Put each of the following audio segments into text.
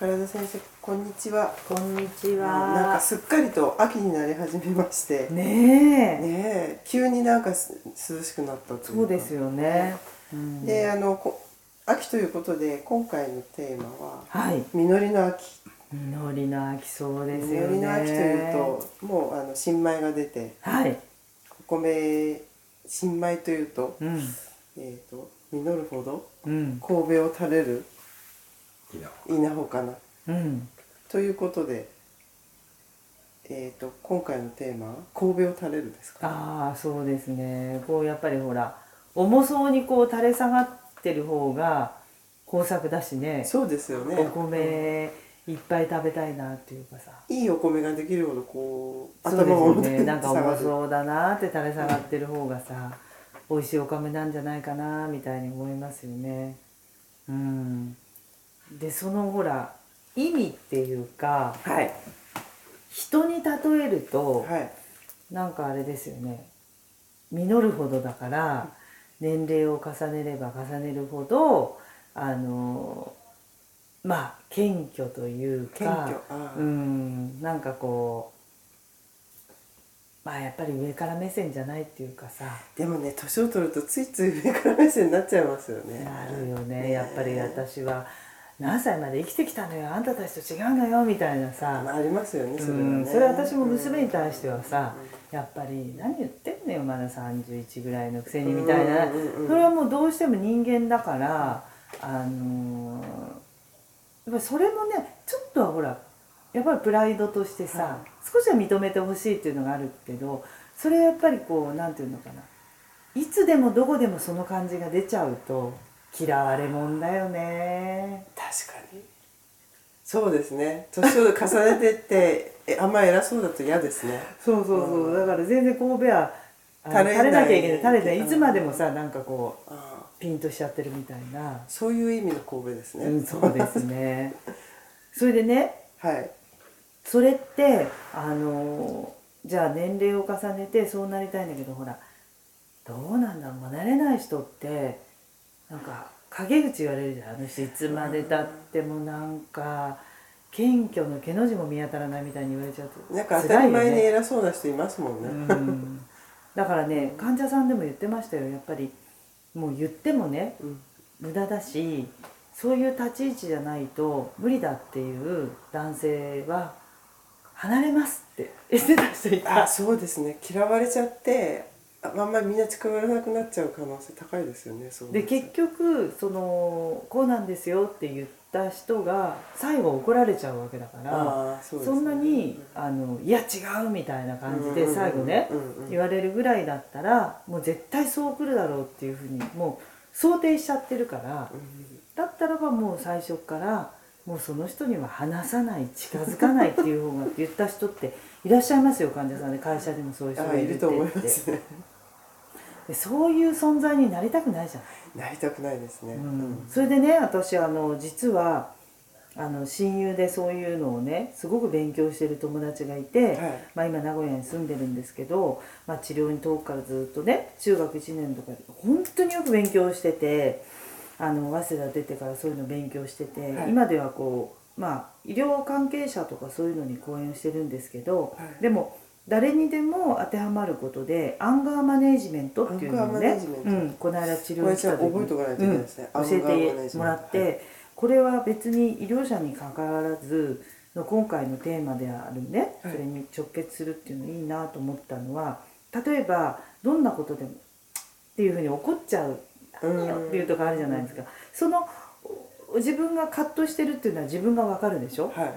原田先生こんにちはこんにちなんかは。すっかりと秋になり始めましてねえねえ、急になんかす涼しくなったというかそうですよね。うんであのこ秋ということで今回のテーマははい。 「実りの秋」実りの秋そうですよね。実りの秋というともうあの新米が出てはい。お米新米というと,、うん。えー、と実るほどうん。神戸を垂れるいいな稲穂かなうん。ということで、えー、と今回のテーマは「神戸を垂れる」ですかああ、そうですね。こうやっぱりほら、重そうにこう垂れ下がってる方が工作だしね。そうですよねお米いっぱい食べたいなっていうかさ。いいお米ができるほどこうそうですよ表ね。になんか下が重るそうだなって垂れ下がってる方がさ、美味しいおかめなんじゃないかなみたいに思いますよね。うん。でそのほら意味っていうかはい人に例えると、はいなんかあれですよね。実るほどだから年齢を重ねれば重ねるほどあのまあ謙虚というか。謙虚あーうんなんかこうまあやっぱり上から目線じゃないっていうかさでもね年を取るとついつい上から目線になっちゃいますよねなるよねやっぱり私は何歳まで生きてきたのよあんたたちと違うのよみたいなさ、まあ、ありますよねそれはうねん、それは私も娘に対してはさ、うんやっぱり何言ってんのよまだ31ぐらいのくせにみたいな、うんうんうんそれはもうどうしても人間だからあのーやっぱりそれもねちょっとはほらやっぱりプライドとしてさ、は少しは認めてほしいっていうのがあるけどそれやっぱりこうなんていうのかないつでもどこでもその感じが出ちゃうと嫌われもんだよね。確かにそうですね年を重ねてって えあんま偉そうだと嫌ですねそうそうそう、だから全然神戸はあの垂れない垂れなきゃいけない垂れてうんいつまでもさなんかこあうピンとしちゃってるみたいな、ーそういう意味の神戸ですね、 うん、そうですねそれでねはいそれってあのじゃあ年齢を重ねてそうなりたいんだけどほらどうなんだろう慣れない人ってなんか陰口言われるじゃんあの人いつまでたってもなんか謙虚のけの字も見当たらないみたいに言われちゃうとなんか当た辛いりよね前に偉そうな人いますもんね、うんだからね患者さんでも言ってましたよやっぱりもう言ってもねうん無駄だしそういう立ち位置じゃないと無理だっていう男性は離れますって言ってた人いあたそうですね嫌われちゃってああんまりみんな近寄らなくなっちゃう可能性高いですよねそうで結局そのこうなんですよって言った人が最後怒られちゃうわけだからあーそそ,、うですねんなにあのいや違うみたいな感じで最後ね、うんうんうんうん言われるぐらいだったらもう絶対そう来るだろうっていうふうにもう想定しちゃってるからだったらばもう最初からもうその人には話さない近づかないっていう方が言った人っていらっしゃいますよ患者さんで会社でもそういう人あがーいいるるってと思言いっまてすねでそういう存在になりたくないじゃないなりたくないですね、うんそれでね私あの実はあの親友でそういうのをねすごく勉強してる友達がいて、はいまあ、今名古屋に住んでるんですけど、まあ、治療に遠くからずっとね中学1年とかで本当によく勉強しててあの早稲田出てからそういうの勉強してて、はい今ではこうまあ医療関係者とかそういうのに講演をしてるんですけど、はいでも誰にでも当てはまることでアンガーマネージメントっていうのをアンガーマネねージメン、トうん、この間治療これに来じゃたあ時に覚えておかないといけないですねうんアンガ教ーマネージメンえてトもらって、これは別に医療者に関わらずの今回のテーマであるねそはいれに直結するっていうのいいなと思ったのは例えばどんなことでもっていうふうに怒っちゃううんっていうとかあるじゃないですかそのお自分が葛藤してるっていうのは自分がわかるでしょはい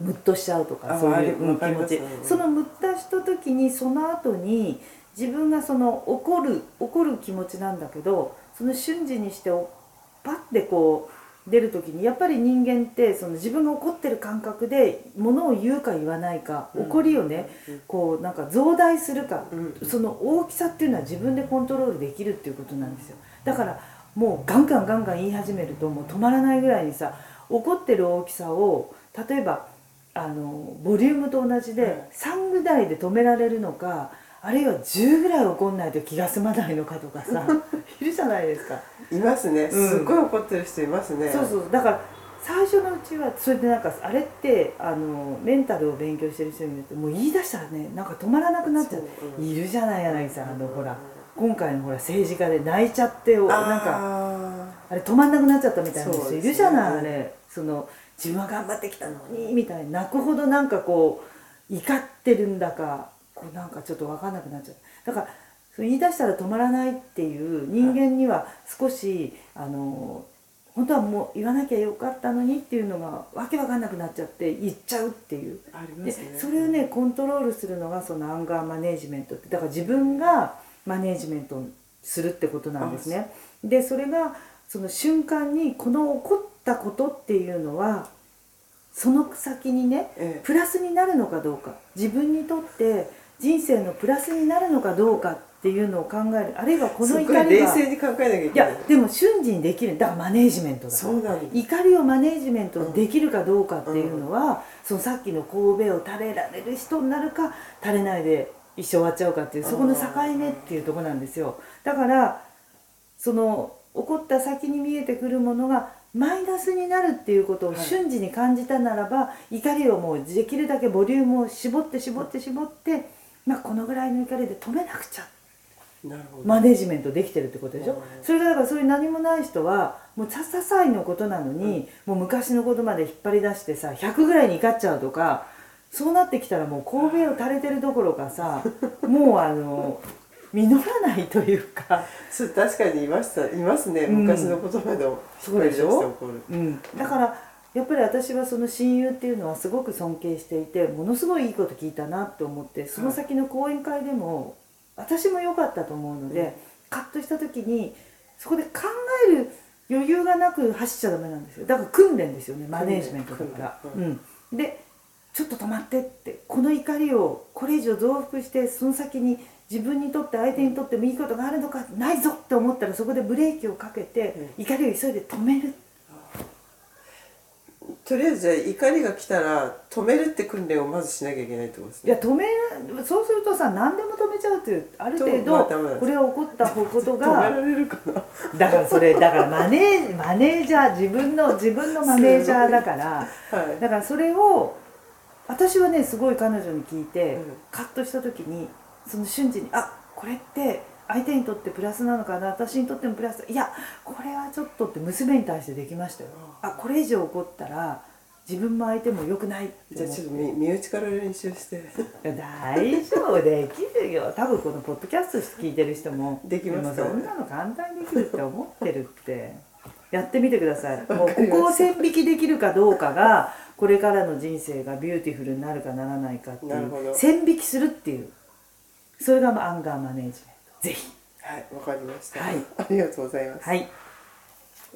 ムッとしちゃうとかあそういわううん気かり持ますちうんそのムッとした時にその後に自分がその怒る怒る気持ちなんだけどその瞬時にしておパッてこう出る時にやっぱり人間ってその自分が怒ってる感覚でものを言うか言わないかうん怒りをねうんこうなんか増大するかうんその大きさっていうのは自分でコントロールできるっていうことなんですよだからもうガンガンガンガン言い始めるともう止まらないぐらいにさ怒ってる大きさを例えばあのボリュームと同じうんで3ぐらいで止められるのかあるいは10ぐらい怒んないと気が済まないのかと かさいるじゃないですか。いますね、うんすっごい怒ってる人いますねそうそうだから最初のうちはそれでなんかあれってあのメンタルを勉強してる人によってもう言い出したらねなんか止まらなくなっちゃうそううんいるじゃない柳さんあのうんほら今回のほら政治家で泣いちゃっておなんかかあれ止まんなくなっちゃったみたいなそう人いですねるじゃない、あれその自分は頑張ってきたのにみたいな泣くほどなんかこう怒ってるんだかこうなんかちょっと分かんなくなっちゃうだからそう言い出したら止まらないっていう人間には少し、あの本当はもう言わなきゃよかったのにっていうのがわけわかんなくなっちゃって言っちゃうっていうありまですねそれをねコントロールするのがそのアンガーマネージメントってだから自分がマネージメントをするってことなんですね。でそれがその瞬間にこの起こったことっていうのはその先にねええプラスになるのかどうか自分にとって人生のプラスになるのかどうかっていうのを考えるあるいはこすのっご怒いり冷が静に考えなきゃいいけないやでも瞬時にできるだからマネージメントだからそうなんです怒りをマネージメントできるかどうかっていうのは、そのさっきの神戸を垂れられる人になるか垂れないで一生終わっちゃうかっていうそこの境目っていうところなんですよだからその起こった先に見えてくるものがマイナスになるっていうことをはい瞬時に感じたならば、怒りをもうできるだけボリュームを絞って絞って絞って、まあ、このぐらいの怒りで止めなくちゃなるほど、マネジメントできてるってことでしうょんそれがだからそういう何もない人はもうさささいのことなのに、もう昔のことまで引っ張り出してさ100ぐらいに怒っちゃうとかそうなってきたらもう神戸を垂れてるどころかさもうあの実らないというか、そう確かにいましたいますね、うん昔のことまでをそうでしょ引っ張り出て怒るうん、だからやっぱり私はその親友っていうのはすごく尊敬していてものすごいいいこと聞いたなと思ってその先の講演会でも私も良かったと思うので、うんカッとした時にそこで考える余裕がなく走っちゃダメなんですよだから訓練ですよねマネージメントとか訓う練ん、でちょっと止まってってこの怒りをこれ以上増幅してその先に自分にとって相手にとってもいいことがあるのかないぞって思ったらそこでブレーキをかけて怒りを急いで止めるとりあえずじゃあ怒りが来たら止めるって訓練をまずしなきゃいけないってことですいねや止めそうするとさ何でも止めちゃうっていうある程とまあダメなんで度すこれが起こったこと止めらがれるか なだからそれだからマネーマネージャー自分の自分のマネージャーだ からはいだからそれを私はねすごい彼女に聞いて、うんカッとした時にその瞬時にあこれって相手にとってプラスなのかな私にとってもプラスいやこれはちょっとって娘に対してできましたよあこれ以上怒ったら自分も相手も良くないってじゃあ思ってちょっと身身内から練習していや大丈夫できるよ多分このポッドキャスト聞いてる人もできますかでらもねそんなの簡単にできるって思ってるってやってみてくださいわもうかこりましたこを線引きできるかどうかがこれからの人生がビューティフルになるかならないかっていなるほうど線引きするっていうそれがまあアンガーマネージメントぜひはいわかりました、はいありがとうございます、はい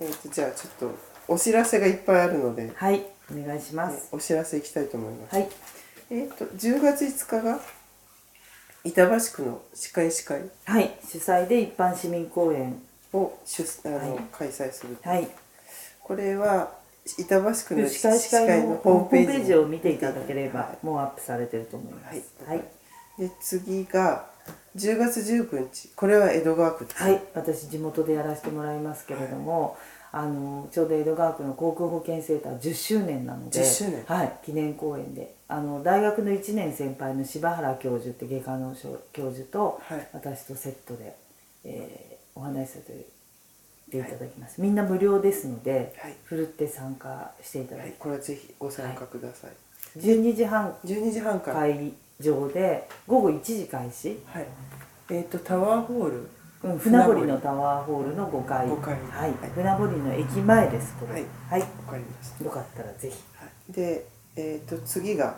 えー、とじゃあちょっとお知らせがいっぱいあるので、はいお願いしますお知らせいきたいと思います、はいえっ、と10月5日が板橋区の歯科医師会はい主催で一般市民公演を主あの、はい開催するはいこれは板橋区の司会司会のホームページを見ていただければ、はもうアップされてると思います。は、はいい、で次が10月19日これは江戸川区です、はい私地元でやらせてもらいますけれども、あのちょうど江戸川区の航空保健センター10周年なので10周年はい、記念公演であの大学の1年先輩の柴原教授って外科の教授と、はい私とセットで、えーお話しさせていただきます、みんな無料ですので、はいふるって参加していただはいいて、これはぜひご参加ください、 12時半12時半から、会場で午後1時開始、はいえっ、とタワーホールうん、船堀のタワーホールの5階5階はいはい、船堀の駅前ですこれはいはい、わかりましたよかったらぜひはいで、えー、と次が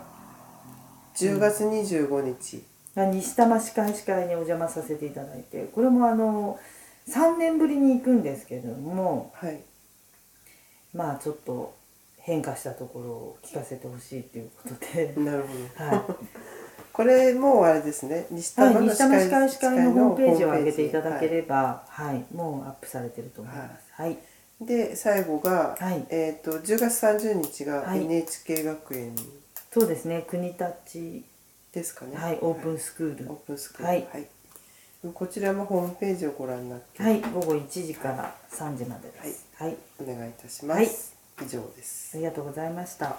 10月25日、西多摩歯科医師会にお邪魔させていただいてこれもあの3年ぶりに行くんですけれどもはいまあちょっと変化したところを聞かせてほしいということ でなるほどはこれもあれですね西い、多はい、摩の西歯多摩科歯科医医師師会会ののホホームームペペーージジをを上げ上げてていいたただだけけれれば、はい、もうアップされてると思いますはいで最後が、はいえー、と10月30日がはい NHK 学園そうですね国立ですかね、はい、オープンスクールオー。プンスクール、ははいいこちらもホームページをご覧になってはい、午後1時から3時までです。はい、お願いいたします、はい以上であす。りがとうございました。